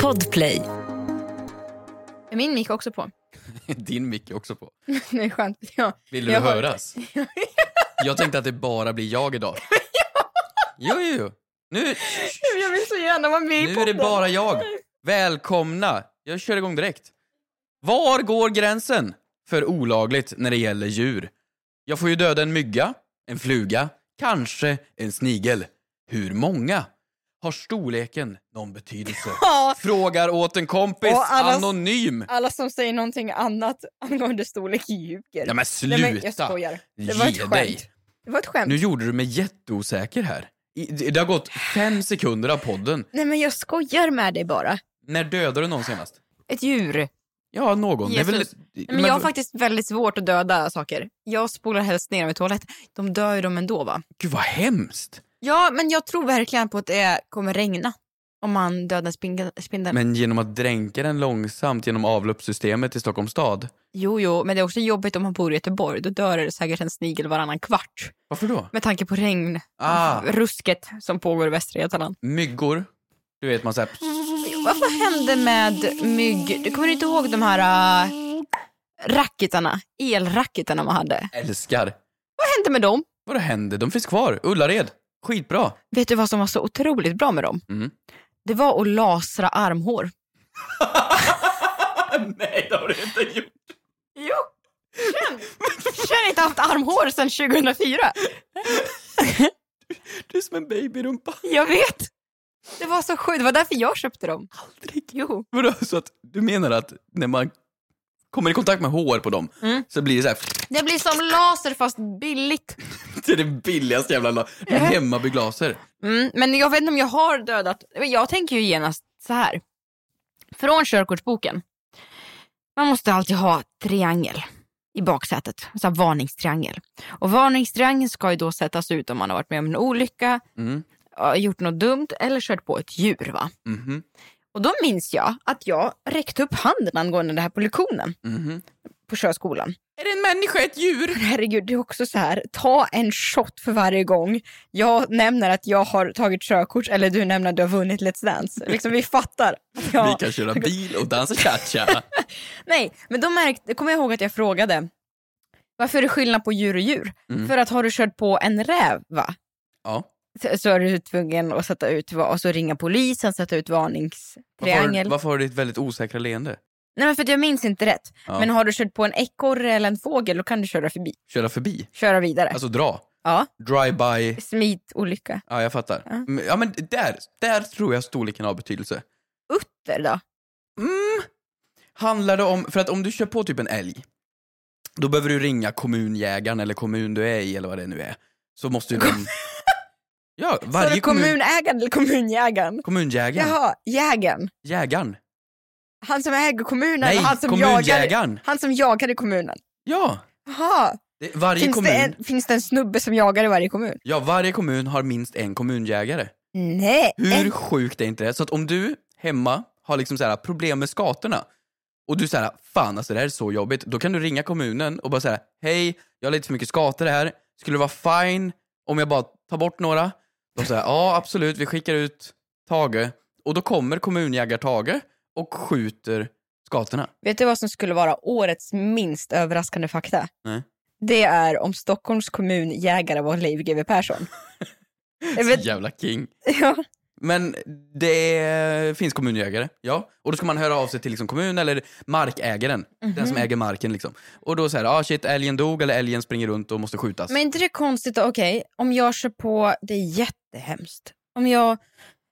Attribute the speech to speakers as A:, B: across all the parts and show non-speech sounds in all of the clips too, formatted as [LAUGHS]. A: Podplay.
B: Är min mick också
A: [LAUGHS]
B: på?
C: [LAUGHS] Din mick är också på.
B: det är skönt. Ja.
C: Vill du
B: Jag har- [LAUGHS]
C: höras? Jag tänkte att det bara blir jag idag. Jo, jo, jo. Nu,
B: Jag vill så gärna vara med i
C: nu är det
B: podden.
C: bara jag. Välkomna. Jag kör igång direkt. Var går gränsen för olagligt när det gäller djur? Jag får ju döda en mygga, en fluga, kanske en snigel. Hur många? Har storleken någon betydelse?
B: Ja,
C: Frågar åt en kompis,
B: Och alla-
C: anonym.
B: alla som säger någonting annat angående storlek ljuger.
C: Ja men
B: Nej, men jag
C: sluta!
B: skojar. Det var ett
C: Ge
B: skämt.
C: dig.
B: Det var ett skämt.
C: Nu gjorde du mig jätteosäker här. I- Det det har gått fem sekunder av podden.
B: Nej men jag skojar med dig bara.
C: När dödade du någon senast?
A: Ett djur.
C: Ja, någon. Det är väl...
A: Jesus. Men, jag har faktiskt väldigt svårt att döda saker. Jag spolar helst ner dem i toaletten. De dör ju de ändå va?
C: Gud vad hemskt.
A: Ja, men jag tror verkligen på att det kommer regna om man dödar spindel. spindeln.
C: Men genom att dränka den långsamt genom avloppssystemet i Stockholms stad.
A: Jo, jo, men det är också jobbigt om man bor i Göteborg. Då dör det säkert en snigel varannan kvart.
C: Varför då?
A: Med tanke på regn,
C: Ah,
A: rusket som pågår i Västra Götaland.
C: myggor. Du vet man såhär...
A: Vad vad hände med mygg... Du kommer inte ihåg de här äh, racketarna? Elracketarna man hade. Vad
C: Älskar.
A: hände med dem?
C: Vad hände? De finns kvar. Ullared. Skitbra.
A: Vet du vad som var så otroligt bra med dem?
C: Mm.
A: Det var att lasra armhår.
C: Nej, det har du inte gjort.
A: Jo! Jag har inte haft armhår sedan 2004.
C: Du är som en babyrumpa.
A: Jag vet. Det var så sjukt. Det var därför jag köpte dem.
C: Aldrig.
A: Jo.
C: Vadå, så att du menar att när man kommer i kontakt med hår på dem
A: Mm.
C: så blir det så här,
A: Det blir som laser fast billigt.
C: [LAUGHS] det är det billigaste jävla la- det är hemmabyggd laser.
A: Mm, men jag vet inte om jag har dödat. men Jag tänker ju genast så här. Från körkortsboken. Man måste alltid ha triangel i baksätet. Så här varningstriangel. Och varningstriangeln ska ju då sättas ut om man har varit med om en olycka,
C: Mm.
A: ja, gjort något dumt eller kört på ett djur. Va?
C: Mhm.
A: Och då minns jag att jag räckte upp handen angående det här på lektionen
C: Mhm.
A: på körskolan.
C: Är det en människa ett djur?
B: Men [LAUGHS] herregud, det är också så här. Ta en shot för varje gång jag nämner att jag har tagit körkort eller du nämner att du har vunnit Let's Dance. Liksom, vi
C: [LAUGHS]
B: fattar. att jag-
C: Vi kan köra bil och dansa cha-cha.
B: Nej, men då märkte, kommer jag ihåg att jag frågade varför är det skillnad på djur och djur?
C: Mm.
B: För att har du kört på en räv va?
C: ja.
B: Så, så är du tvungen att sätta ut, va- och så ringa polisen, sätta ut
C: varför, har,
B: varningstriangel.
C: du- varför har du ett väldigt osäkra leende?
B: Nej men för att jag minns inte rätt.
C: Ja.
B: Men har du kört på en ekorre eller en fågel då kan du köra förbi.
C: Köra förbi?
B: Köra vidare.
C: Alltså dra?
B: Ja.
C: Drive-by?
B: Smitolycka.
C: Ja, jag fattar.
B: Ja.
C: Men- Ja, men där, där tror jag storleken har betydelse.
B: Utter då?
C: Mm. Handlar det om, för att om du kör på typ en älg, då behöver du ringa kommunjägaren eller kommun du är i eller vad det nu är. Så måste ju de...
B: [LAUGHS]
C: Ja,
B: Varje
C: varje
B: du
C: kommun...
B: kommunägaren eller kommunjägaren?
C: Kommunjägaren.
B: Jaha, jägaren.
C: Jägaren.
B: Han som äger kommunen
C: Nej,
B: eller han som jagar?
C: kommunjägaren.
B: Han som jagar i kommunen.
C: Ja.
B: Jaha,
C: Det, varje
B: finns
C: kommun...
B: det, en, finns det en snubbe som jagar i varje kommun?
C: Ja, varje kommun har minst en kommunjägare.
B: Nej.
C: Hur
B: En,
C: sjukt är inte det? Så att om du hemma har liksom så här problem med skatorna och du säger fan alltså det här är så jobbigt, då kan du ringa kommunen och bara säga hej, jag har lite för mycket skator här, skulle det vara fine om jag bara tar bort några? De säger ja absolut, vi skickar ut Tage och då kommer kommunjägar-Tage och skjuter skatorna.
B: vet du vad som skulle vara årets minst överraskande fakta?
C: Nej.
B: Det är om Stockholms kommun jägare var Leif GW
C: [LAUGHS]
B: Persson. Jag vet,
C: Jävla king.
B: ja.
C: Men det finns kommunjägare, ja. Och då ska man höra av sig till liksom kommunen eller markägaren. Den
B: Mhm.
C: som äger marken liksom. Och då säger ah shit, älgen dog eller älgen springer runt och måste skjutas.
B: Men är inte det konstigt, då? okej, om jag kör på, det är jättehemskt. Om jag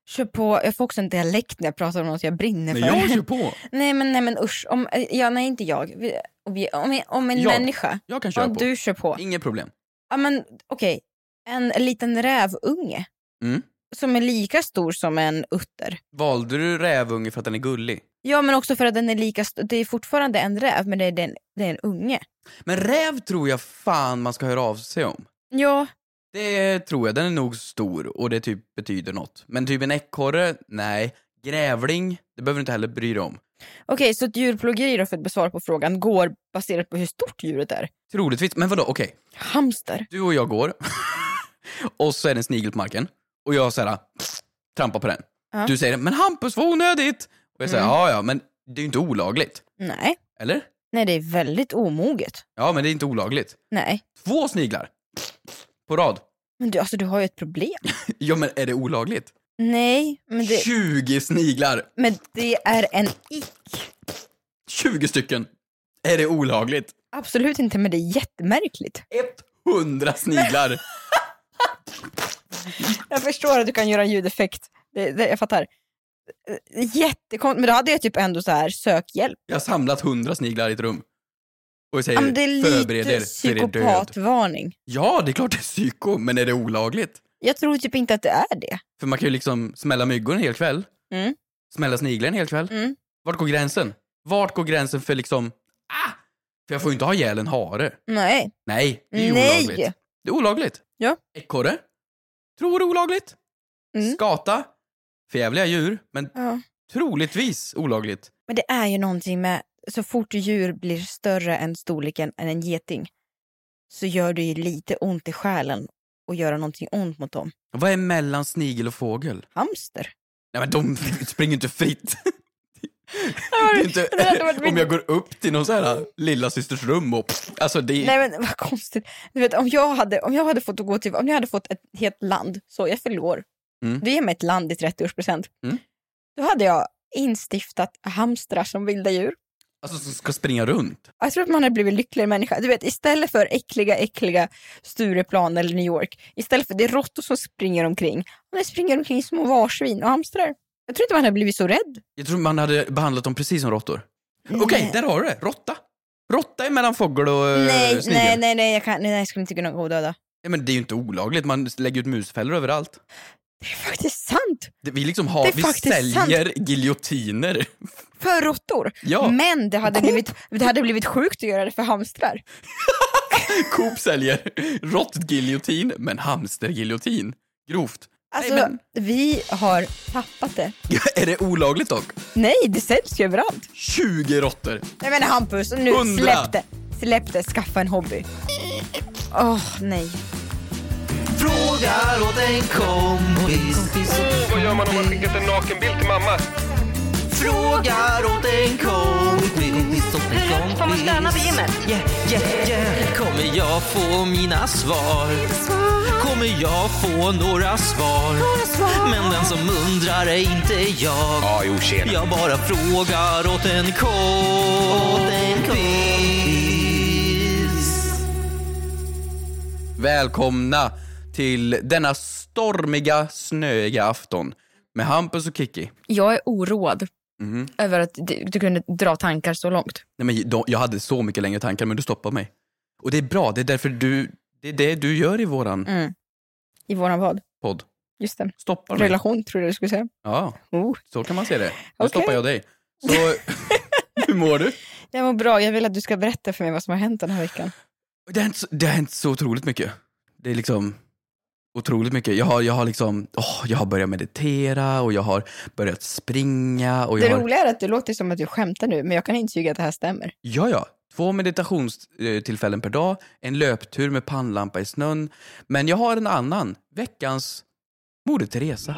B: kör på, jag får också en dialekt när jag pratar om något jag brinner
C: Men
B: för.
C: jag kör på.
B: [LAUGHS] Nej men, nej, men usch, om, eh, ja, nej inte jag. Vi- obje- Om, om en
C: Jag.
B: människa,
C: Jag kan köra
B: om
C: på.
B: du kör på.
C: Inget problem.
B: Ja men okej, en liten rävunge.
C: Mm.
B: Som är lika stor som en utter.
C: Valde du rävunge för att den är gullig?
B: Ja men också för att den är lika stor, det är fortfarande en räv men det är, den, det är en unge.
C: Men räv tror jag fan man ska höra av sig om.
B: Ja,
C: Det tror jag, den är nog stor och det typ betyder något. Men typ en ekorre, nej. Grävling, det behöver du inte heller bry dig om.
B: okej så ett djurplågeri då för att besvara på frågan går baserat på hur stort djuret är.
C: Troligtvis, men vadå, okej.
B: Hamster.
C: du och jag går [LAUGHS] och så är det en snigel på marken och jag så här trampar på den.
B: Ja. Mm.
C: Du säger men Hampus vad onödigt! Och jag säger, ja ja, men det är ju inte olagligt.
B: Nej.
C: Eller?
B: Nej, det är väldigt omoget.
C: Ja, men det är inte olagligt.
B: Nej.
C: Två sniglar! På rad. [LAUGHS]
B: Men du, alltså, du har ju ett problem.
C: Ja, men är det olagligt?
B: Nej, men det,
C: 20 sniglar!
B: men det är en ick.
C: 20 stycken! Är det olagligt?
B: Absolut inte, men det är jättemärkligt.
C: 100 sniglar!
B: Jag förstår att du kan göra en ljudeffekt. Det, det, jag fattar. Jättekonstigt, men då hade jag typ ändå så här sök hjälp.
C: Jag har samlat 100 sniglar i ett rum. Och jag säger,
B: Ja, men det är
C: förbered er,
B: lite
C: för er död.
B: psykopatvarning.
C: Ja, det är klart det är psyko, men är det olagligt?
B: Jag tror typ inte att det är det.
C: För man kan ju liksom smälla myggor en hel kväll.
B: Mm.
C: Smälla sniglar en hel kväll.
B: Mm.
C: Vart går gränsen? Vart går gränsen för liksom... Ah! För jag får ju inte ha ihjäl en hare.
B: Nej.
C: Nej, det är ju
B: Nej.
C: olagligt. Det är olagligt.
B: Ja.
C: Ekorre. Tror det är olagligt.
B: Mm.
C: Skata. Förjävliga djur, men
B: Ja.
C: troligtvis olagligt.
B: Men det är ju någonting med, så fort djur blir större än storleken än en geting så gör det ju lite ont i själen att göra någonting ont mot dem.
C: Vad är mellan snigel och fågel?
B: Hamster.
C: Nej men de [LAUGHS] springer
B: [LAUGHS]
C: inte fritt. Det är inte,
B: det hade varit min-
C: om jag går upp till någon så här lilla systers rum och... Alltså det är...
B: Nej men vad konstigt. Du vet, om, jag hade, om jag hade fått att gå till, om jag hade fått ett helt land, så jag förlorar.
C: Mm.
B: Du ger mig ett land i 30-årspresent.
C: Mm.
B: Då hade jag instiftat hamstrar som vilda djur.
C: Alltså som ska springa runt.
B: Jag tror att man hade blivit lyckligare människa. Du vet, istället för äckliga, äckliga Stureplan eller New York. Istället för det är råttor som springer omkring. Men det springer omkring små varsvin och hamstrar. Jag tror inte man hade blivit så rädd.
C: Jag tror man hade behandlat dem precis som råttor. Okej,
B: Nej.
C: där har du det. Råtta. Råtta är mellan fågel och eh,
B: Nej,
C: snigel.
B: nej, nej, nej, jag kan, nej, jag skulle inte kunna gå döda.
C: Ja, men det är ju inte olagligt, man lägger ut musfällor överallt.
B: Det är faktiskt sant!
C: Det, vi liksom
B: Det
C: har,
B: är
C: vi
B: faktiskt
C: säljer giljotiner. [LAUGHS]
B: För råttor.
C: Ja,
B: Men det
C: [LAUGHS]
B: hade,
C: Coop.
B: blivit, det hade blivit sjukt att göra det för hamstrar.
C: Coop säljer råttgiljotin, men hamstergiljotin. Grovt. [LAUGHS]
B: Alltså,
C: Nej, men-
B: vi har tappat det.
C: är det olagligt dock?
B: Nej, det säljs ju överallt.
C: 20 råttor!
B: Nej men Hampus, nu
C: Hundra.
B: släpp det. Släpp det, skaffa en hobby. Åh, nej.
D: Frågar åt en kompis.
E: Vad gör man om man skickat en nakenbild till mamma?
D: Frågar åt en kompis. Hur högt får man stöna på gymmet? Yeah, yeah, yeah. Kommer jag få mina svar? Kommer jag få några svar? Men den som undrar är inte jag.
E: Ja, jo tjena.
D: Jag bara frågar åt en kompis.
C: Välkomna till denna stormiga, snöiga afton med Hampus och Kiki.
A: Jag är oroad
C: Mhm.
A: över att du, du kunde dra tankar så långt.
C: Nej, men de, jag hade så mycket längre tankar, men du stoppade mig. Och det är bra, det är därför du, det är det du gör i våran
B: Mm. I våran vad?
C: podd.
B: Just det.
C: Stoppar mig.
B: Relation tror jag du skulle säga.
C: Ja.
B: Oh.
C: Så kan man se det. Nu
B: Okej.
C: stoppar jag dig. Så, [LAUGHS] hur mår du?
B: Jag mår bra, jag vill att du ska berätta för mig vad som har hänt den här veckan.
C: Det har hänt så, det har hänt så otroligt mycket. Det är liksom otroligt mycket. Jag har, jag har liksom, åh, jag har börjat meditera och jag har börjat springa och jag
B: Det
C: har,
B: roliga är att det låter som att du skämtar nu, men jag kan intyga att det här stämmer.
C: ja ja, två meditationstillfällen per dag, en löptur med pannlampa i snön. Men jag har en annan, veckans Moder Teresa.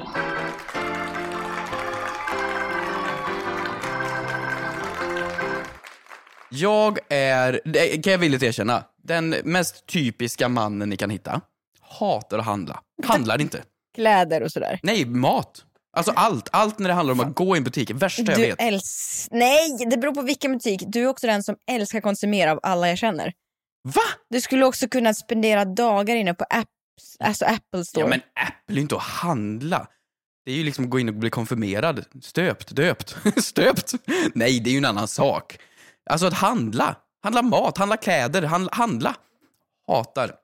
C: Jag är, det kan jag villigt erkänna, den mest typiska mannen ni kan hitta. Hatar att handla. Handlar inte.
B: Kläder och sådär.
C: Nej, mat. Alltså allt. Allt när det handlar om att gå i en butik. Värsta jag
B: Du
C: vet.
B: älskar... Nej, det beror på vilken butik. Du är också den som älskar konsumera av alla jag känner.
C: Va?
B: Du skulle också kunna spendera dagar inne på apps, alltså Apple Store.
C: Ja, men Apple är inte att handla. Det är ju liksom att gå in och bli konfirmerad. Stöpt, döpt, [LAUGHS] stöpt. Nej, det är ju en annan sak. Alltså att handla. Handla mat, handla kläder, handla. handla. Hatar.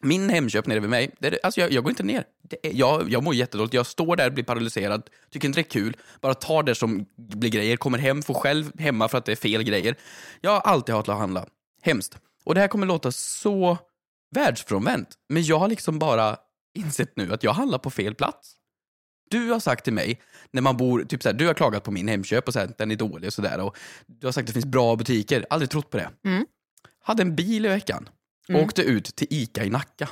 C: Min Hemköp nere vid mig, det är, alltså jag, jag går inte ner. Det är, jag, jag mår jättedåligt. Jag står där, blir paralyserad, tycker inte det är kul. Bara tar det som blir grejer, kommer hem, får själv hemma för att det är fel grejer. Jag har alltid hatat att handla. Hemskt. Och det här kommer låta så världsfrånvänt. Men jag har liksom bara insett nu att jag handlar på fel plats. Du har sagt till mig, när man bor, typ såhär, du har klagat på min Hemköp och sagt den är dålig och sådär. Och du har sagt att det finns bra butiker, aldrig trott på det.
A: Mm.
C: Hade en bil i veckan och åkte ut till Ica i Nacka.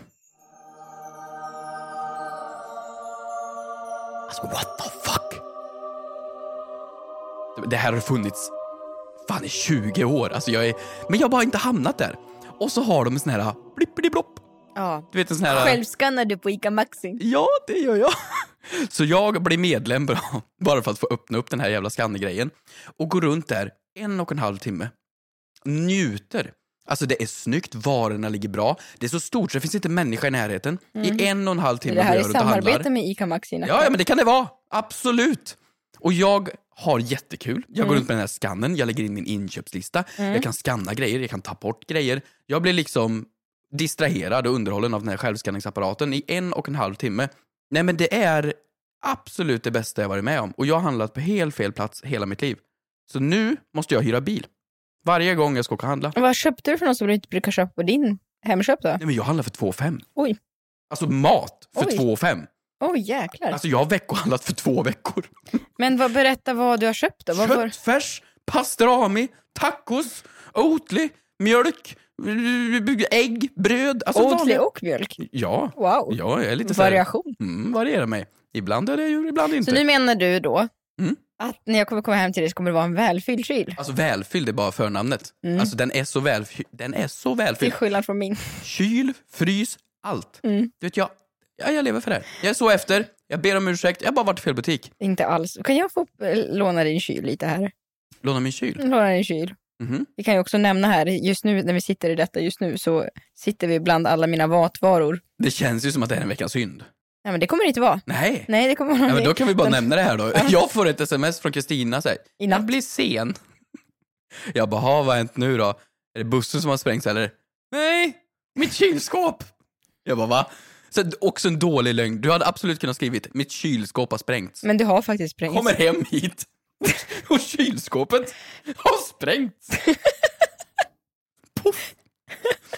C: Alltså what the fuck? Det här har funnits fan i 20 år. Alltså jag är, men jag har bara inte hamnat där. Och så har de en sån här blippidi-blopp.
A: Ja.
C: Du vet en sån här...
B: Självskannar du på ICA Maxi?
C: Ja, det gör jag. [LAUGHS] Så jag blir medlem bara- bara för att få öppna upp den här jävla skannergrejen och går runt där en och en halv timme. Njuter. Alltså det är snyggt, varorna ligger bra. Det är så stort så det finns inte människa i närheten. I en och en halv timme
B: Mm. Det här
C: går
B: är
C: jag runt och handlar.
B: samarbete med ICA Maxi. Nacka.
C: Ja, ja, men det kan det vara. Absolut. Och jag har jättekul. Jag
B: Mm.
C: går runt med den här skannen, jag lägger in min inköpslista. Jag kan skanna grejer, jag kan ta bort grejer. Jag blir liksom distraherad och underhållen av den här självskanningsapparaten i en och en halv timme. Nej men det är absolut det bästa jag varit med om. Och jag har handlat på helt fel plats hela mitt liv. Så nu måste jag hyra bil. Varje gång jag ska åka och handla.
B: Vad köpte du för något som du inte brukar köpa på din Hemköp då?
C: Nej men jag handlar för 2 fem.
B: Oj.
C: Alltså mat för
B: Oj.
C: 2 fem.
B: Åh jäklar.
C: Alltså jag har veckohandlat för två veckor.
B: men vad, berätta vad du har köpt då. Vad var...
C: Köttfärs, pastrami, tacos, Oatly, mjölk, eh, ägg, bröd. Alltså
B: Oatly
C: vanliga-
B: och mjölk?
C: Ja,
B: Wow.
C: ja, jag är lite så här-
B: Variation.
C: Mm, varierar mig. Ibland är det djur, ibland inte.
B: Så nu menar du då
C: Mm.
B: att när jag kommer komma hem till dig så kommer det vara en välfylld kyl?
C: Alltså välfylld är bara förnamnet.
B: Mm.
C: Alltså den är så välfylld. Den är så
B: Till
C: välfylld.
B: skillnad från min.
C: Kyl, frys, allt.
B: Mm.
C: Du vet, jag, ja, jag lever för det här. Jag är så efter, jag ber om ursäkt, jag har bara varit i fel butik.
B: Inte alls. Kan jag få eh, låna din kyl lite här?
C: Låna min kyl.
B: Låna din kyl.
C: Mhm.
B: Vi kan ju också nämna här, just nu när vi sitter i detta just nu så sitter vi bland alla mina vatvaror.
C: Det känns ju som att det är en veckans synd.
B: Nej men det kommer det inte vara.
C: Nej.
B: Nej det kommer vara
C: Ja, men
B: min-
C: då kan vi bara
B: den-
C: nämna det här
B: [LAUGHS]
C: då. Jag får ett sms från Kristina säger
B: I natt.
C: jag blir sen. Jag bara, "Ha, vad har hänt nu då? Är det bussen som har sprängts eller? Nej, mitt kylskåp! Jag bara, va? Så, också en dålig lögn. Du hade absolut kunnat skrivit, mitt kylskåp har sprängts.
B: Men du har faktiskt sprängt.
C: Kommer hem hit [LAUGHS] och kylskåpet
B: [LAUGHS]
C: har sprängts. Puff.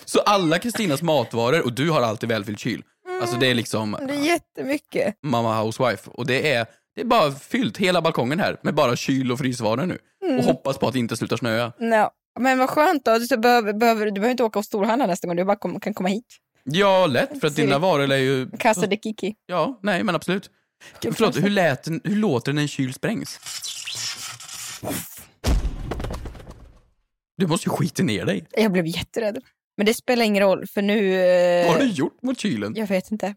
C: Så alla Kristinas matvaror, och du har alltid välfylld kyl. Alltså det är liksom...
B: Mm, Det är jättemycket.
C: Mamma Housewife. Och det är, det är bara fyllt, hela balkongen här, med bara kyl och frysvaror nu. Och hoppas på att det inte slutar snöa.
B: No. Men vad skönt då, så behöver, behöver, du behöver inte åka och storhandla nästa gång, du bara kom, kan komma hit.
C: Ja, lätt, för att dina varor är ju...
B: Casa de Kiki.
C: Ja, nej men absolut. Förlåt, hur, lät, den- hur låter det när en kyl sprängs? Du måste ju skita ner dig.
B: Jag blev jätterädd. Men det spelar ingen roll för nu... eh,
C: Vad har du gjort mot kylen?
B: Jag vet inte.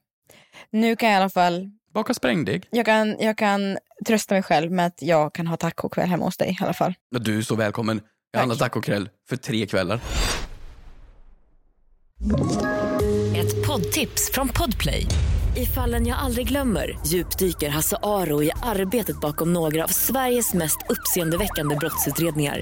B: Nu kan jag i alla fall,
C: Baka sprängdeg?
B: jag kan, jag kan trösta mig själv med att jag kan ha tacokväll hemma hos dig i alla fall.
C: Ja, Du är så välkommen. Jag handlar tacokväll för tre kvällar.
F: Ett poddtips från Podplay. I fallen jag aldrig glömmer djupdyker Hasse Aro i arbetet bakom några av Sveriges mest uppseendeväckande brottsutredningar.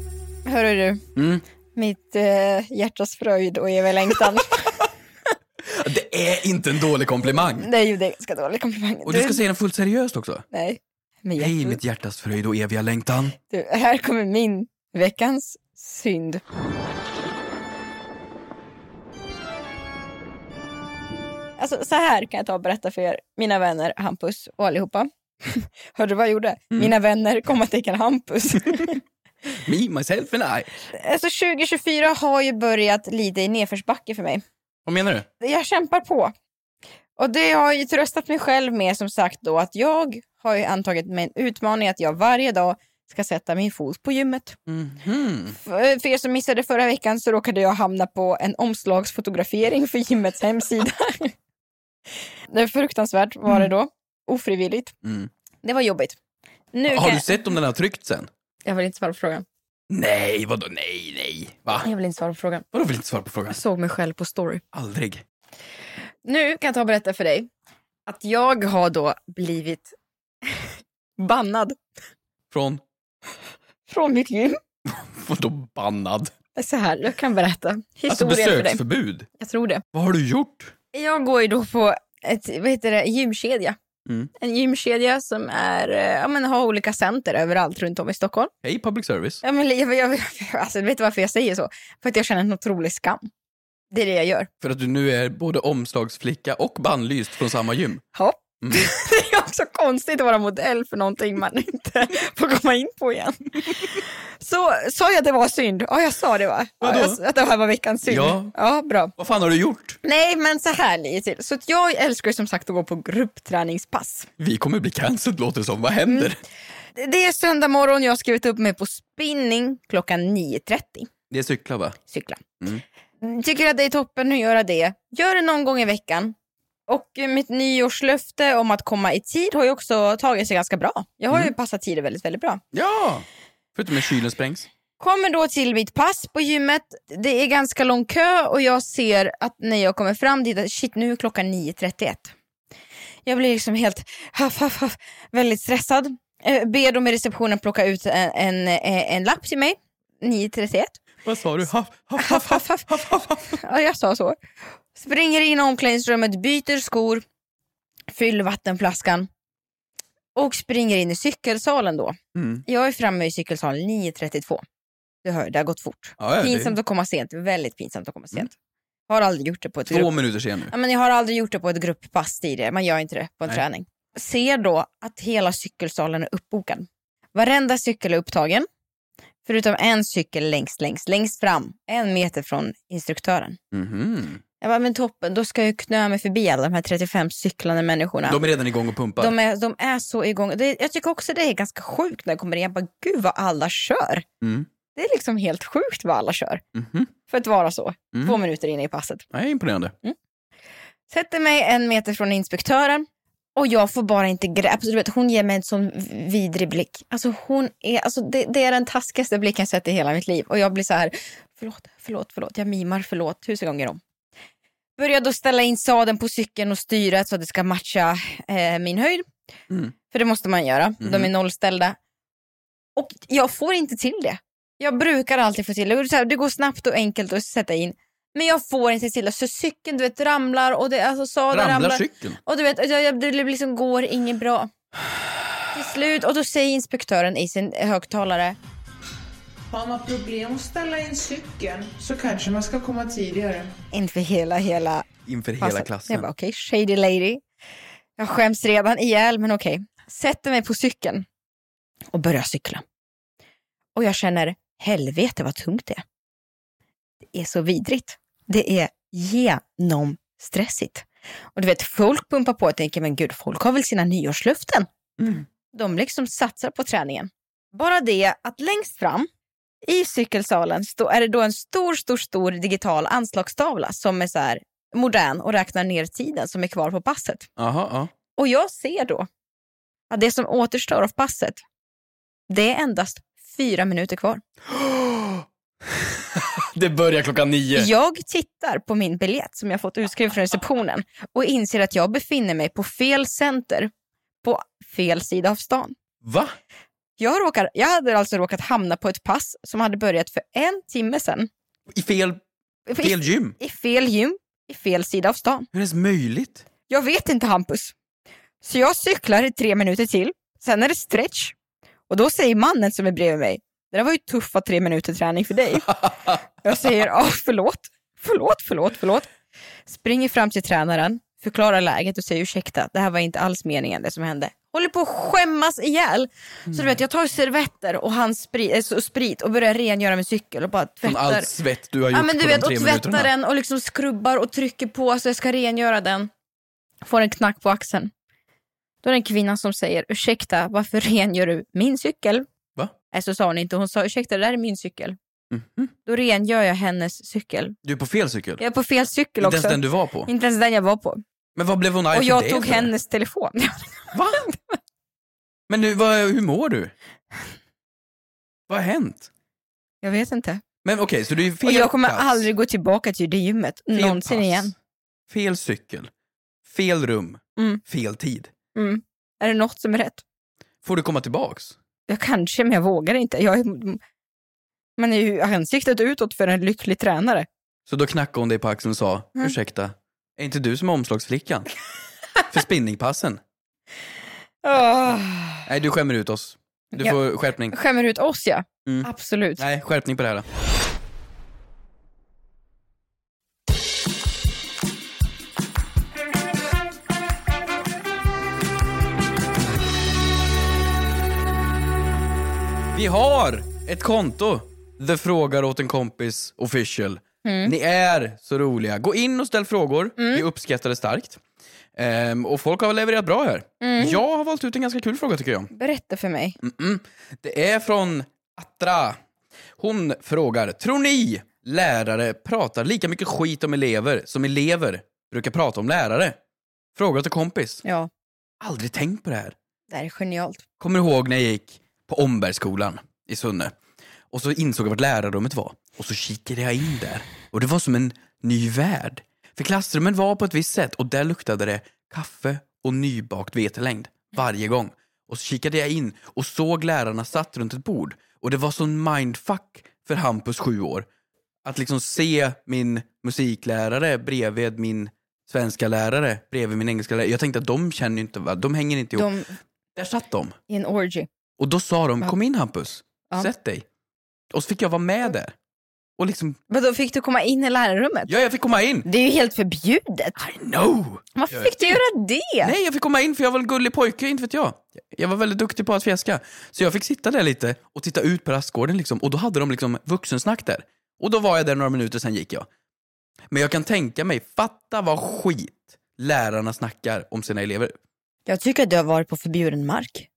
B: hörru du.
C: Mm.
B: Mitt eh, hjärtas fröjd och eviga
C: [LAUGHS]
B: längtan.
C: Det är inte en dålig komplimang!
B: det är ju det är ganska dålig komplimang.
C: Och du ska säga den fullt seriöst också.
B: Nej. Men jag,
C: Hej mitt hjärtas fröjd och eviga längtan.
B: du, här kommer min veckans synd. Alltså så här kan jag ta och berätta för er, mina vänner Hampus och allihopa. [LAUGHS] Hörde du vad jag gjorde? Mina vänner, kommatecken Hampus. [LAUGHS]
C: Me, myself and I.
B: alltså 2024 har ju börjat lida i nedförsbacke för mig.
C: Vad menar du?
B: jag kämpar på. Och det har ju tröstat mig själv med som sagt då att jag har ju antagit mig en utmaning att jag varje dag ska sätta min fot på gymmet. F- För er som missade förra veckan så råkade jag hamna på en omslagsfotografering för gymmets hemsida. [LAUGHS] det är fruktansvärt var det då. Ofrivilligt.
C: Mm.
B: Det var jobbigt. Nu kan...
C: Har du sett om den har tryckt sen?
B: Jag vill inte svara på frågan.
C: Nej, vadå nej, nej? Va?
B: Jag vill inte svara på frågan.
C: Vadå vill inte svara på frågan?
B: Jag såg mig själv på story.
C: Aldrig.
B: Nu kan jag ta och berätta för dig att jag har då blivit [LAUGHS] bannad
C: Från,
B: från mitt gym.
C: vadå bannad?
B: Så här, jag kan berätta
C: Alltså
B: historien för dig.
C: besöksförbud?
B: Jag tror det.
C: Vad har du gjort?
B: Jag går ju då på ett, vad heter det, gymkedja.
C: Mm.
B: En gymkedja som är, eh, ja, men, har olika center överallt runt om i Stockholm.
C: Hej public service.
B: Ja, men, jag, jag, alltså, vet du varför jag säger så? För att jag känner en otrolig skam. Det är det jag gör.
C: För att du nu är både omslagsflicka och bannlyst från samma gym.
B: Ja.
C: Mm.
B: [LAUGHS] Det är också konstigt att vara modell för någonting man inte [LAUGHS] får komma in på igen. Så sa jag att det var synd? Ja, jag sa det va? Ja,
C: Vadå?
B: jag sa att det här var veckans synd?
C: Ja.
B: ja bra.
C: Vad fan har du gjort?
B: Nej, men så här ligger till. Så att jag älskar ju som sagt att gå på gruppträningspass.
C: Vi kommer bli cancelled låter det som. Vad händer?
B: Mm. Det- Det är söndag morgon, jag har skrivit upp mig på spinning klockan 9.30.
C: Det är cykla va?
B: Cykla. Tycker att det är toppen att göra det. Gör det någon gång i veckan. Och eh, mitt nyårslöfte om att komma i tid har ju också tagit sig ganska bra. Jag har ju passat tiden väldigt, väldigt bra.
C: Ja! Förutom när kylen sprängs.
B: Kommer då till mitt pass på gymmet. Det är ganska lång kö och jag ser att när jag kommer fram dit, att shit nu är klockan 9.31. Jag blir liksom helt haff, haff, haff, väldigt stressad. Eh, Ber dem i receptionen plocka ut en, en, eh, en lapp till mig. 9.31.
C: Vad sa du? Haff, haff,
B: Haff, haff, haff.
C: haff, haff, haff.
B: Ja, jag sa så. Springer in i omklädningsrummet, byter skor, fyller vattenflaskan och springer in i cykelsalen då.
C: Mm.
B: Jag är framme i cykelsalen 9.32. Du hör, det har gått fort.
C: Ja, ja, det är-
B: pinsamt att komma sent, väldigt pinsamt att komma sent. Har aldrig gjort det på ett
C: Två
B: grupp...
C: minuter sen nu.
B: ja, men Jag har aldrig gjort det på ett grupppass tidigare, man gör inte det på en
C: Nej.
B: träning. Ser då att hela cykelsalen är uppbokad. Varenda cykel är upptagen, förutom en cykel längst, längst, längst fram, en meter från instruktören.
C: Mhm.
B: Jag bara, men toppen, då ska jag ju knö mig förbi alla de här 35 cyklande människorna.
C: De är redan igång och pumpar.
B: De är, de är så igång. Det, jag tycker också det är ganska sjukt när jag kommer in. Jag bara, gud vad alla kör.
C: Mm.
B: Det är liksom helt sjukt vad alla kör.
C: Mhm.
B: För att vara så.
C: Mm.
B: Två minuter in i passet.
C: Nej, imponerande.
B: Sätter mig en meter från inspektören. Och jag får bara inte grepp. Alltså, du vet, hon ger mig en sån vidrig blick. Alltså, hon är, alltså, det, det är den taskigaste blicken jag sett i hela mitt liv. Och jag blir så här, förlåt, förlåt, förlåt. Jag mimar förlåt tusen gånger om. Börjar då ställa in sadeln på cykeln och styret så att det ska matcha eh, min höjd.
C: Mm.
B: För det måste man göra. De är
C: Mhm.
B: nollställda. Och jag får inte till det. Jag brukar alltid få till det. Och så här, Det går snabbt och enkelt att sätta in. Men jag får inte till det. Så cykeln du vet, ramlar och det, alltså, sadeln
C: Ramlar,
B: ramlar.
C: cykeln?
B: Och du vet, jag, jag, det liksom går inget bra. Till slut, och då säger inspektören i sin högtalare.
G: Har man problem att ställa in cykeln så kanske man ska komma tidigare.
B: Inför hela, hela
C: Inför hela
B: passet.
C: klassen.
B: Jag bara okej, shady lady. Jag skäms redan ihjäl men okej. Sätter mig på cykeln och börjar cykla. Och jag känner helvete vad tungt det är. Det är så vidrigt. Det är genomstressigt. Och du vet folk pumpar på och tänker men gud folk har väl sina nyårslöften.
C: Mm.
B: De liksom satsar på träningen. Bara det att längst fram i cykelsalen stå, är det då en stor, stor, stor digital anslagstavla som är så här modern och räknar ner tiden som är kvar på passet.
C: Aha, ja.
B: Och jag ser då att det som återstår av passet, det är endast fyra minuter kvar.
C: Det börjar klockan nio.
B: Jag tittar på min biljett som jag fått utskriven från receptionen och inser att jag befinner mig på fel center på fel sida av stan.
C: Va?
B: Jag, råkar, jag hade alltså råkat hamna på ett pass som hade börjat för en timme sedan.
C: I fel,
B: I,
C: fel gym?
B: I fel gym, i fel sida av stan.
C: Hur är det ens möjligt?
B: Jag vet inte Hampus. Så jag cyklar i tre minuter till, sen är det stretch. Och då säger mannen som är bredvid mig, det där var ju tuffa tre minuter träning för
C: [LAUGHS]
B: dig. Jag säger, ja förlåt, förlåt, förlåt, förlåt. Springer fram till tränaren, förklarar läget och säger ursäkta, det här var inte alls meningen det som hände. Håller på att skämmas ihjäl. Så du
C: Mm.
B: vet, jag tar servetter och, hans sprit, äh, så- sprit och börjar rengöra min cykel och bara
C: Från
B: tvättar.
C: allt svett du har gjort
B: Ja, men du
C: på
B: vet,
C: de tre
B: och tvättar
C: minuterna.
B: den och liksom skrubbar och trycker på så jag ska rengöra den. Får en knack på axeln. Då är det en kvinna som säger, ursäkta, varför rengör du min cykel?
C: Va?
B: Nej, så sa hon inte. Hon sa, ursäkta, det där är min cykel.
C: Mhm.
B: Då rengör jag hennes cykel.
C: Du är på fel cykel.
B: Jag är på fel cykel
C: Inte
B: också.
C: ens den du var på.
B: Inte ens den jag var på.
C: Men vad blev hon arg
B: och
C: för
B: jag
C: det
B: tog
C: för?
B: hennes telefon. [LAUGHS]
C: Va? Men nu, vad, hur mår du? Vad har hänt?
B: jag vet inte.
C: Men okej, så du är i fel
B: Och jag kommer
C: klass,
B: aldrig gå tillbaka till det gymmet.
C: fel
B: någonsin
C: pass,
B: igen.
C: Fel cykel, fel rum,
B: Mm.
C: fel tid.
B: Mm. Är det något som är rätt?
C: Får du komma tillbaks?
B: Jag kanske, men jag vågar inte. Jag är, man är ju ansiktet utåt för en lycklig tränare.
C: Så då knackade hon dig på axeln och sa, ursäkta, är inte du som är omslagsflickan? för spinningpassen?
B: Åh.
C: Nej, du skämmer ut oss. Du
B: Ja.
C: får skärpning.
B: Skämmer ut oss ja.
C: Mm.
B: Absolut.
C: Nej, skärpning på det här då. Vi har ett konto, The frågar åt en kompis official. Ni är så roliga. Gå in och ställ frågor, vi uppskattar det starkt. Ehm, och folk har levererat bra här.
B: Mm.
C: Jag har valt ut en ganska kul fråga tycker jag.
B: Berätta för mig.
C: Mm. Det är från Attra. Hon frågar, tror ni lärare pratar lika mycket skit om elever som elever brukar prata om lärare? Frågar till kompis.
B: Ja,
C: Aldrig tänkt på det här.
B: det här är genialt.
C: Kommer ihåg när jag gick på Ombergsskolan i Sunne. Och så insåg jag vart lärarrummet var. Och så kikade jag in där. Och det var som en ny värld. För klassrummen var på ett visst sätt och där luktade det kaffe och nybakt vetelängd varje gång. Och så kikade jag in och såg lärarna satt runt ett bord. Och det var sån mindfuck för Hampus sju år. Att liksom se min musiklärare bredvid min svenska lärare bredvid min engelska lärare. Jag tänkte att de känner ju inte, va- de hänger inte ihop.
B: De,
C: Där satt de.
B: I en orgy.
C: Och då sa de,
B: Ja.
C: kom in Hampus,
B: Ja.
C: sätt dig. Och så fick jag vara med där. Och liksom,
B: Vadå, fick du komma in i lärarrummet?
C: ja jag fick komma in.
B: Det är ju helt förbjudet.
C: I know!
B: Varför fick du göra det?
C: Nej jag fick komma in för jag var en gullig pojke, inte vet jag. Jag var väldigt duktig på att fjäska. Så jag fick sitta där lite och titta ut på rastgården liksom. Och då hade de liksom vuxensnack där. Och då var jag där några minuter, sen gick jag. Men jag kan tänka mig, fatta vad skit lärarna snackar om sina elever.
B: Jag tycker att du har varit på förbjuden mark.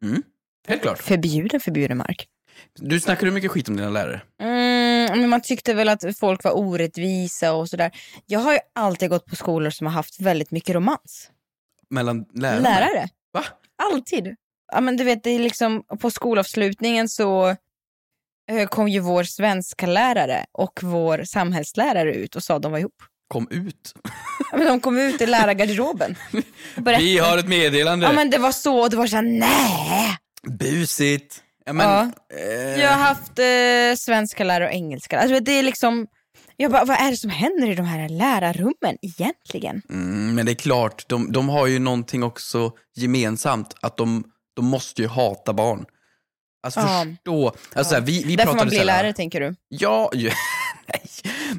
C: Helt klart.
B: Förbjuden, förbjuden mark.
C: Du snackar hur mycket skit om dina lärare?
B: Mm, men man tyckte väl att folk var orättvisa och sådär. Jag har ju alltid gått på skolor som har haft väldigt mycket romans.
C: Mellan lärarna?
B: Lärare.
C: Va?
B: Alltid. Ja men du vet, det är liksom på skolavslutningen så eh, kom ju vår svenska lärare och vår samhällslärare ut och sa att de var ihop.
C: Kom ut.
B: Ja, men de kom ut i
C: [LAUGHS]
B: lärargarderoben. och berättade.
C: Vi har ett meddelande.
B: Ja men det var så, och det var såhär nej.
C: Busigt. Ja, men, eh,
B: Jag har haft eh, svenska lärare och engelska lärare. Alltså, det är liksom, jag bara, vad är det som händer i de här lärarrummen egentligen?
C: mm, men det är klart, de, de har ju någonting också gemensamt. Att de, de måste ju hata barn. Alltså
B: Ja.
C: förstå. Alltså, så här, vi, vi
B: Därför man
C: pratade
B: blir
C: så här-
B: lärare tänker du?
C: Ja, ju, [LAUGHS] nej.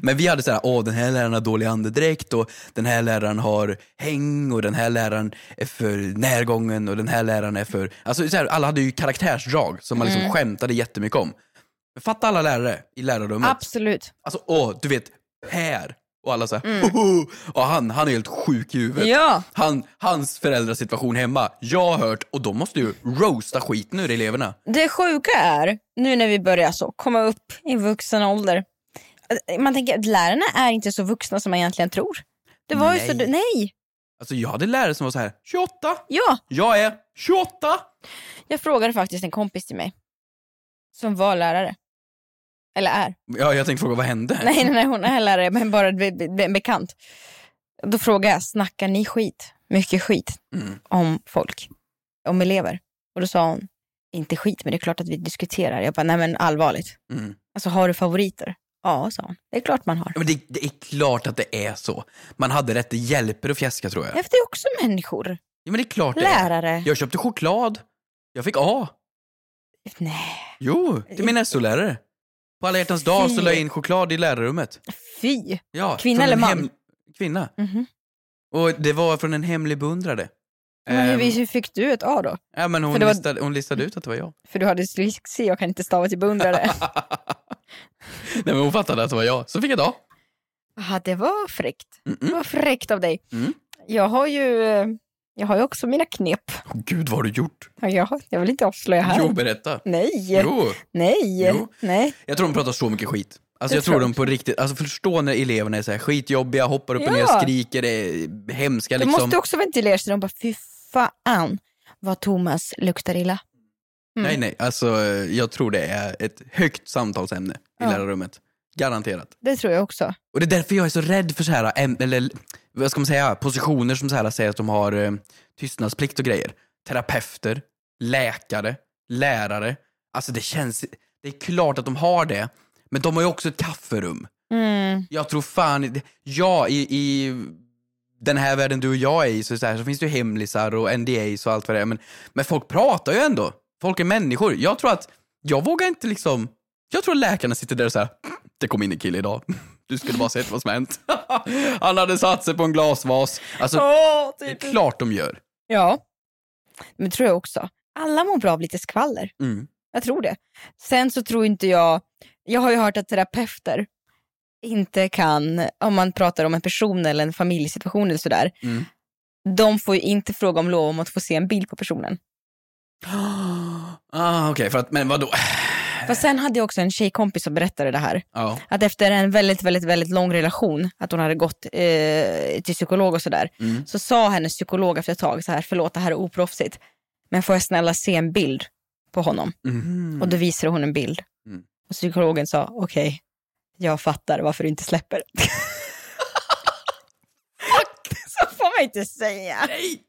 C: Men vi hade så här, åh den här läraren har dålig andedräkt och den här läraren har häng och den här läraren är för närgången och den här läraren är för... Alltså så här, alla hade ju karaktärsdrag som man liksom
B: Mm.
C: skämtade jättemycket om. Men Fatta alla lärare i lärarrummet.
B: Absolut.
C: Alltså åh, du vet Per och alla såhär, mm. och han, han är helt sjuk i huvudet.
B: Ja.
C: Han, hans föräldrars situation hemma, jag har hört, och de måste ju roasta skiten ur eleverna.
B: Det sjuka är, nu när vi börjar så, komma upp i vuxen ålder. Man tänker att lärarna är inte så vuxna som man egentligen tror. Det var ju så,
C: Nej.
B: nej,
C: Alltså jag hade lärare som var så här: 28,
B: ja.
C: jag är 28!
B: Jag frågade faktiskt en kompis till mig. Som var lärare. Eller
C: [LAUGHS]
B: är.
C: Ja, jag tänkte fråga vad hände?
B: Nej, nej, nej hon är lärare men bara be, be, be, en bekant. Då frågade jag, snackar ni skit? Mycket skit
C: Mm.
B: om folk, om elever. Och då sa hon, inte skit men det är klart att vi diskuterar. Jag bara, nej men allvarligt.
C: Mm.
B: Alltså har du favoriter? Ja, sa hon. Det är klart man har.
C: Ja, Men det, det är klart att det är så. Man hade rätt, det hjälper att fjäska tror jag.
B: Ja, för det är också människor.
C: Ja, men det är klart det är.
B: Lärare.
C: Jag köpte choklad, jag fick A.
B: Nej,
C: Jo, till min SO-lärare. På alla hjärtans dag så la jag in choklad i lärarrummet.
B: fy.
C: Ja,
B: Kvinna
C: från
B: eller
C: en
B: man?
C: Kvinna.
B: Mhm.
C: Och det var från en hemlig beundrade.
B: Men
C: Ehm,
B: hur, hur fick du ett A då?
C: ja, men hon,
B: för det var-
C: listade, hon listade ut att det var jag.
B: För du hade dyslexi, jag kan inte stava till
C: [LAUGHS]
B: beundrare.
C: Nej men hon fattade att det var jag, så fick jag ett A.
B: Ja, det var fräckt. Det
C: Mm-mm.
B: var fräckt av dig.
C: Mm.
B: Jag har ju eh, jag har ju också mina knep.
C: Åh, Gud vad har du gjort?
B: Ja, Jag, har- jag vill inte avslöja här.
C: Jo, berätta.
B: Nej,
C: Jo.
B: nej,
C: Jo.
B: nej.
C: Jag tror de pratar så mycket skit. Alltså
B: Det
C: jag tror
B: tror
C: de på riktigt, alltså förstå när eleverna är så här skitjobbiga, hoppar upp och ner,
B: Ja.
C: skriker, är hemska
B: Du
C: liksom.
B: måste också ventilera sig. De bara, fy fan vad Thomas luktar illa.
C: Nej nej, alltså eh, jag tror det är ett högt samtalsämne i
B: Ja.
C: lärarrummet. Garanterat.
B: Det tror jag också.
C: Och det är därför jag är så rädd för så här, em- eller vad ska man säga, positioner som så här säger att de har eh, tystnadsplikt och grejer. Terapeuter, läkare, lärare. Alltså det känns, det är klart att de har det, men de har ju också ett kafferum.
B: Mm.
C: Jag tror fan, jag i, i den här världen du och jag är i så, är det så, här, så finns det ju hemlisar och NDAs och allt vad det är. Men, men folk pratar ju ändå. Folk är människor. Jag tror att, jag vågar inte liksom, jag tror läkarna sitter där och så här, det kom in en kille idag. Du skulle bara sett vad som hänt. [LAUGHS] Han hade satt sig på en glasvas. Alltså,
B: Åh,
C: det är
B: typ.
C: klart de gör.
B: Ja. Men tror jag också. Alla mår bra av lite skvaller.
C: Mm.
B: Jag tror det. Sen så tror inte jag, jag har ju hört att terapeuter inte kan, om man pratar om en person eller en familjesituation eller sådär,
C: Mm.
B: de får ju inte fråga om lov om att få se en bild på personen.
C: Ah, Okej, för att, men vadå?
B: Fast sen hade jag också en tjejkompis som berättade det här.
C: Ja.
B: Att efter en väldigt, väldigt, väldigt lång relation, att hon hade gått eh, till psykolog och sådär,
C: Mm.
B: så sa hennes psykolog efter ett tag så här, förlåt det här är oproffsigt, men får jag snälla se en bild på honom?
C: Mhm.
B: Och då visade hon en bild.
C: Mm.
B: Och psykologen sa, okej, jag fattar varför du inte släpper. [LAUGHS] så får man inte säga. Nej. [LAUGHS]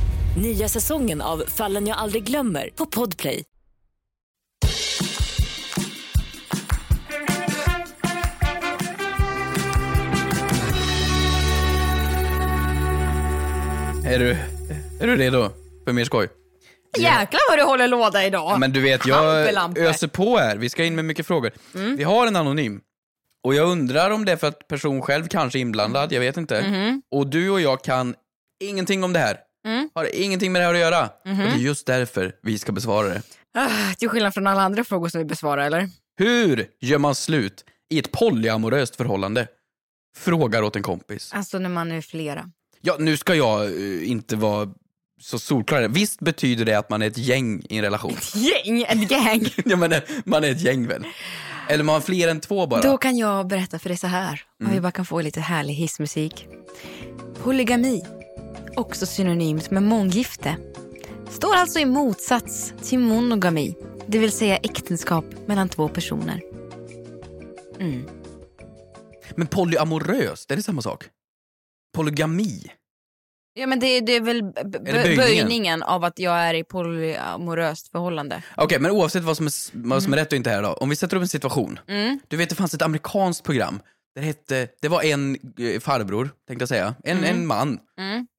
F: Nya säsongen av Fallen jag aldrig glömmer på Podplay.
C: Är, du, är du redo för mer skoj?
A: Jäklar vad du håller låda idag.
C: Men du vet, jag
A: Hampelampe.
C: öser på här. Vi ska in med mycket frågor. Vi har en anonym. Och jag undrar om det är för att person själv kanske är inblandad, jag vet inte. Och du och jag kan ingenting om det här. Har ingenting med det här att göra. Och det är just därför vi ska besvara det.
A: Ah, till skillnad från alla andra frågor som vi besvarar eller?
C: Hur gör man slut i ett polyamoröst förhållande? Frågar åt en kompis.
A: Alltså när man är flera.
C: Ja, nu ska jag eh, inte vara så solklar. Visst betyder det att man är ett gäng i en relation?
A: Gäng, ett gäng.
C: [LAUGHS] ja, men eh, man är ett gäng väl? Eller man har fler än två bara?
A: Då kan jag berätta för dig så här, om vi bara kan få lite härlig hissmusik. Polygami, också synonymt med månggifte, står alltså i motsats till monogami, det vill säga äktenskap mellan två personer.
C: Men polyamoröst, är det samma sak? Polygami?
A: Ja men det, det är väl b- b-
C: Är det böjningen?
A: av att jag är i polyamoröst förhållande.
C: Okej, men oavsett vad som, är, s- vad som är rätt och inte här då. Om vi sätter upp en situation. Du vet, det fanns ett amerikanskt program. Det, hette, det var en eh, farbror, tänkte jag säga. En, en man.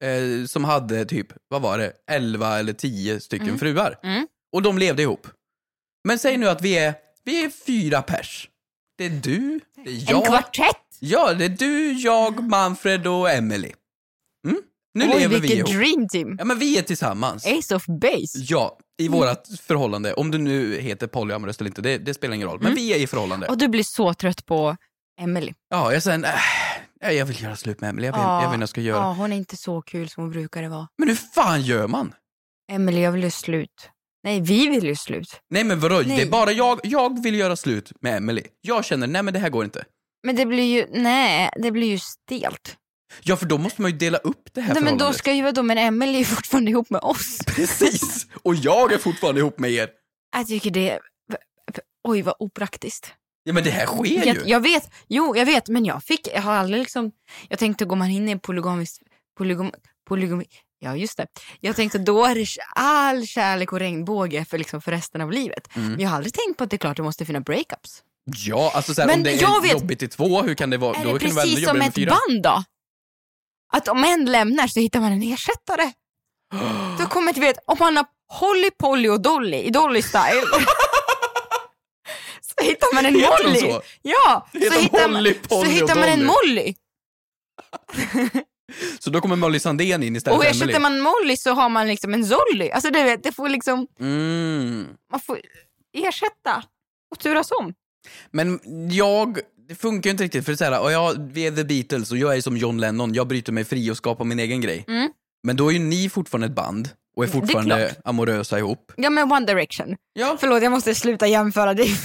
C: Eh, som hade typ, vad var det, 11 eller 10 stycken fruar. Och de levde ihop. Men säg nu att vi är, vi är fyra pers. Det är du, det är jag.
B: En kvartett.
C: Ja, det är du, jag, Manfred och Emily. Mm? Nu
A: Oj
C: lever
A: vilket
C: vi ihop.
A: dream team.
C: Ja, men vi är tillsammans.
A: Ace of base.
C: Ja, i
A: Mm.
C: vårat förhållande. Om du nu heter polyamoröst eller inte, det, det spelar ingen roll. Men vi är i förhållande.
A: Mm. Och du blir så trött på Emily.
C: Ja, jag sen, äh, nej, jag vill göra slut med Emelie. Jag vet, jag vet inte vad jag ska göra.
A: Ja, hon är inte så kul som hon brukade vara.
C: Men hur fan gör man?
A: Emily, jag vill göra slut. Nej, vi vill ju slut.
C: Nej men vadå, det
A: Nej.
C: är bara jag, jag vill göra slut med Emelie. Jag känner, nej men det här går inte.
A: Men det blir ju, nej, det blir ju stelt.
C: Ja för då måste man ju dela upp det här
A: Nej, men då
C: förhållandet.
A: ska ju då men Emelie är fortfarande ihop med oss.
C: [LAUGHS] Precis! Och jag är fortfarande ihop med er.
A: Jag tycker det är, oj vad opraktiskt.
C: Ja men det här sker ju.
A: Jag, jag vet, jo jag vet, men jag fick, jag har aldrig liksom, jag tänkte går man in i en polygamisk, polygam, polygami, ja just det. Jag tänkte då är det all kärlek och regnbåge för, liksom, för resten av livet. Men jag har aldrig tänkt på att det är klart det måste finnas breakups.
C: Ja, alltså såhär,
A: Men
C: om det är
A: jag vet-
C: jobbigt i två, hur kan det vara?
A: Är
C: då
A: det
C: kan det vara ännu
A: precis som
C: jobbigare
A: ett
C: med fyra.
A: band då? Att om en lämnar så hittar man en ersättare.
C: [GASPS]
A: Då kommer du vet, om man har Holly Polly och Dolly i
C: [LAUGHS]
A: Dolly style. så hittar man en
C: Heter de
A: Molly.
C: så?
A: Ja, så
C: Heter de
A: hittar, man,
C: Holly
A: så
C: Polly och
A: hittar man
C: Dolly?
A: en Molly.
C: Så då kommer Molly Sandén in istället
A: Och
C: för Emelie.
A: ersätter man Molly så har man liksom en Zolly. Alltså du vet, det får liksom,
C: Mm.
A: man får ersätta och turas om.
C: Men jag, det funkar ju inte riktigt för det är såhär, ja, vi är The Beatles och jag är som John Lennon, jag bryter mig fri och skapar min egen grej.
A: Mm.
C: Men då är ju ni fortfarande ett band och är
A: är
C: fortfarande
A: klart.
C: amorösa ihop.
A: Ja men One Direction.
C: Ja.
A: [LAUGHS] Förlåt jag måste sluta jämföra dig.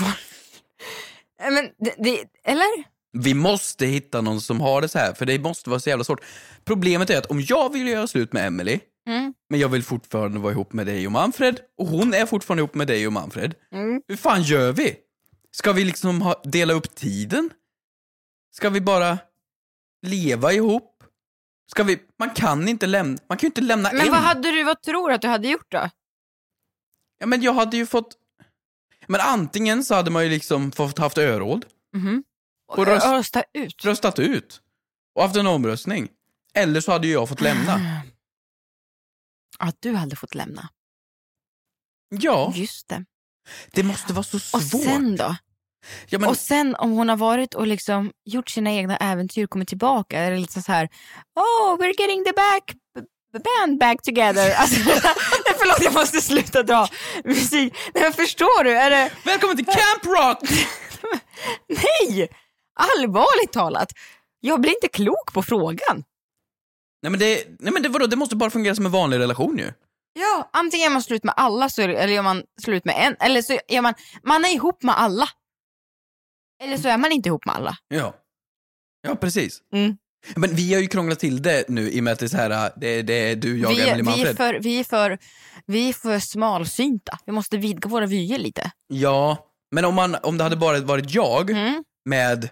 A: men, det, det, eller?
C: Vi måste hitta någon som har det så här, för det måste vara så jävla svårt. Problemet är att om jag vill göra slut med Emily,
A: Mm.
C: men jag vill fortfarande vara ihop med dig och Manfred, och hon är fortfarande ihop med dig och Manfred.
A: Mm.
C: Hur fan gör vi? Ska vi liksom ha, dela upp tiden? Ska vi bara leva ihop? Ska vi, man kan inte lämna, man kan ju inte lämna
A: Men
C: en.
A: vad, hade du, vad tror du att du hade gjort då?
C: Ja, men jag hade ju fått... Men antingen så hade man ju liksom fått haft öråd,
A: Mhm.
C: Och röst-
A: Rösta ut.
C: röstat ut och haft en omröstning. Eller så hade ju jag fått lämna.
A: Mm. Att du hade fått lämna.
C: Ja,
A: Just det.
C: det måste vara så
A: Och
C: svårt.
A: sen då?
C: ja, men,
A: Och sen om hon har varit och liksom gjort sina egna äventyr och kommit tillbaka. Eller liksom så här, oh we're getting the back, the band back [LAUGHS] together. Alltså, nej, förlåt jag måste sluta dra musik. Nej, men förstår du? Är det,
C: Välkommen till Camp Rock!
A: nej! Allvarligt talat. Jag blir inte klok på frågan.
C: nej men, det, nej, men det, vadå, det måste bara fungera som en vanlig relation ju.
A: Ja, antingen är man slut med alla så är, det- eller är man slut med en. Eller så är man, man är ihop med alla. Eller så är man inte ihop med alla.
C: Ja, ja precis.
A: Mm.
C: Men vi har ju krånglat till det nu i och med att det är så här, äh, det, det är du, jag,
A: vi,
C: Emelie
A: vi, är
C: Manfred.
A: för, vi, är för, vi är för smalsynta. Vi måste vidga våra vyer lite.
C: Ja, men om, man, om det hade bara varit jag
A: Mm.
C: med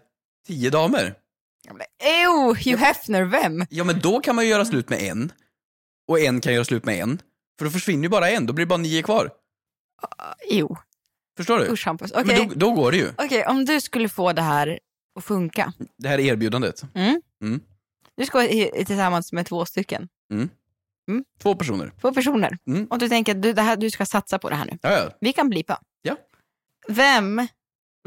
C: tio damer,
A: Ew, Hugh Hefner, vem?
C: ja men då kan man ju
A: Mm.
C: göra slut med en. Och en kan göra slut med en. För då försvinner ju bara en, då blir det bara nio kvar.
A: Jo,
C: Förstår du?
A: usch Hampus. Okej,
C: Men då, då går det ju,
A: Okej, om du skulle få det här att funka.
C: det här erbjudandet.
A: Du ska vara i- tillsammans med två stycken,
C: Två personer.
A: två personer.
C: Mm.
A: Och du tänker att du, det här, du ska satsa på det här nu.
C: Ja, ja.
A: Vi kan blipa.
C: Ja.
A: Vem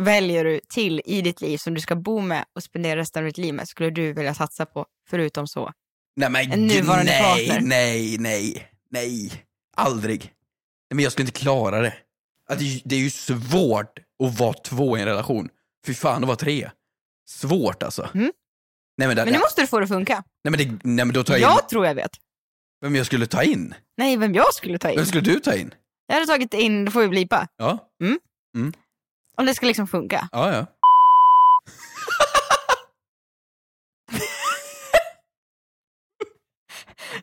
A: väljer du till i ditt liv som du ska bo med och spendera resten av ditt liv med? Skulle du vilja satsa på förutom så?
C: Nej men
A: En nuvarande
C: nej,
A: partner.
C: nej, nej, nej. Aldrig. Nej, men jag skulle inte klara det. Att det, är ju- det är ju svårt att vara två i en relation. Fy fan att vara tre. Svårt alltså.
A: Mm.
C: Nej, men, det,
A: Men nu måste du få det att funka.
C: nej, men, det, nej men då tar jag in
A: Jag tror jag vet.
C: vem jag skulle ta in.
A: Nej, vem jag skulle ta
C: [LAUGHS]
A: in.
C: Vem skulle du ta in?
A: Jag hade tagit in, då får vi blipa.
C: Ja,
A: Om det ska liksom funka.
C: ja, ja.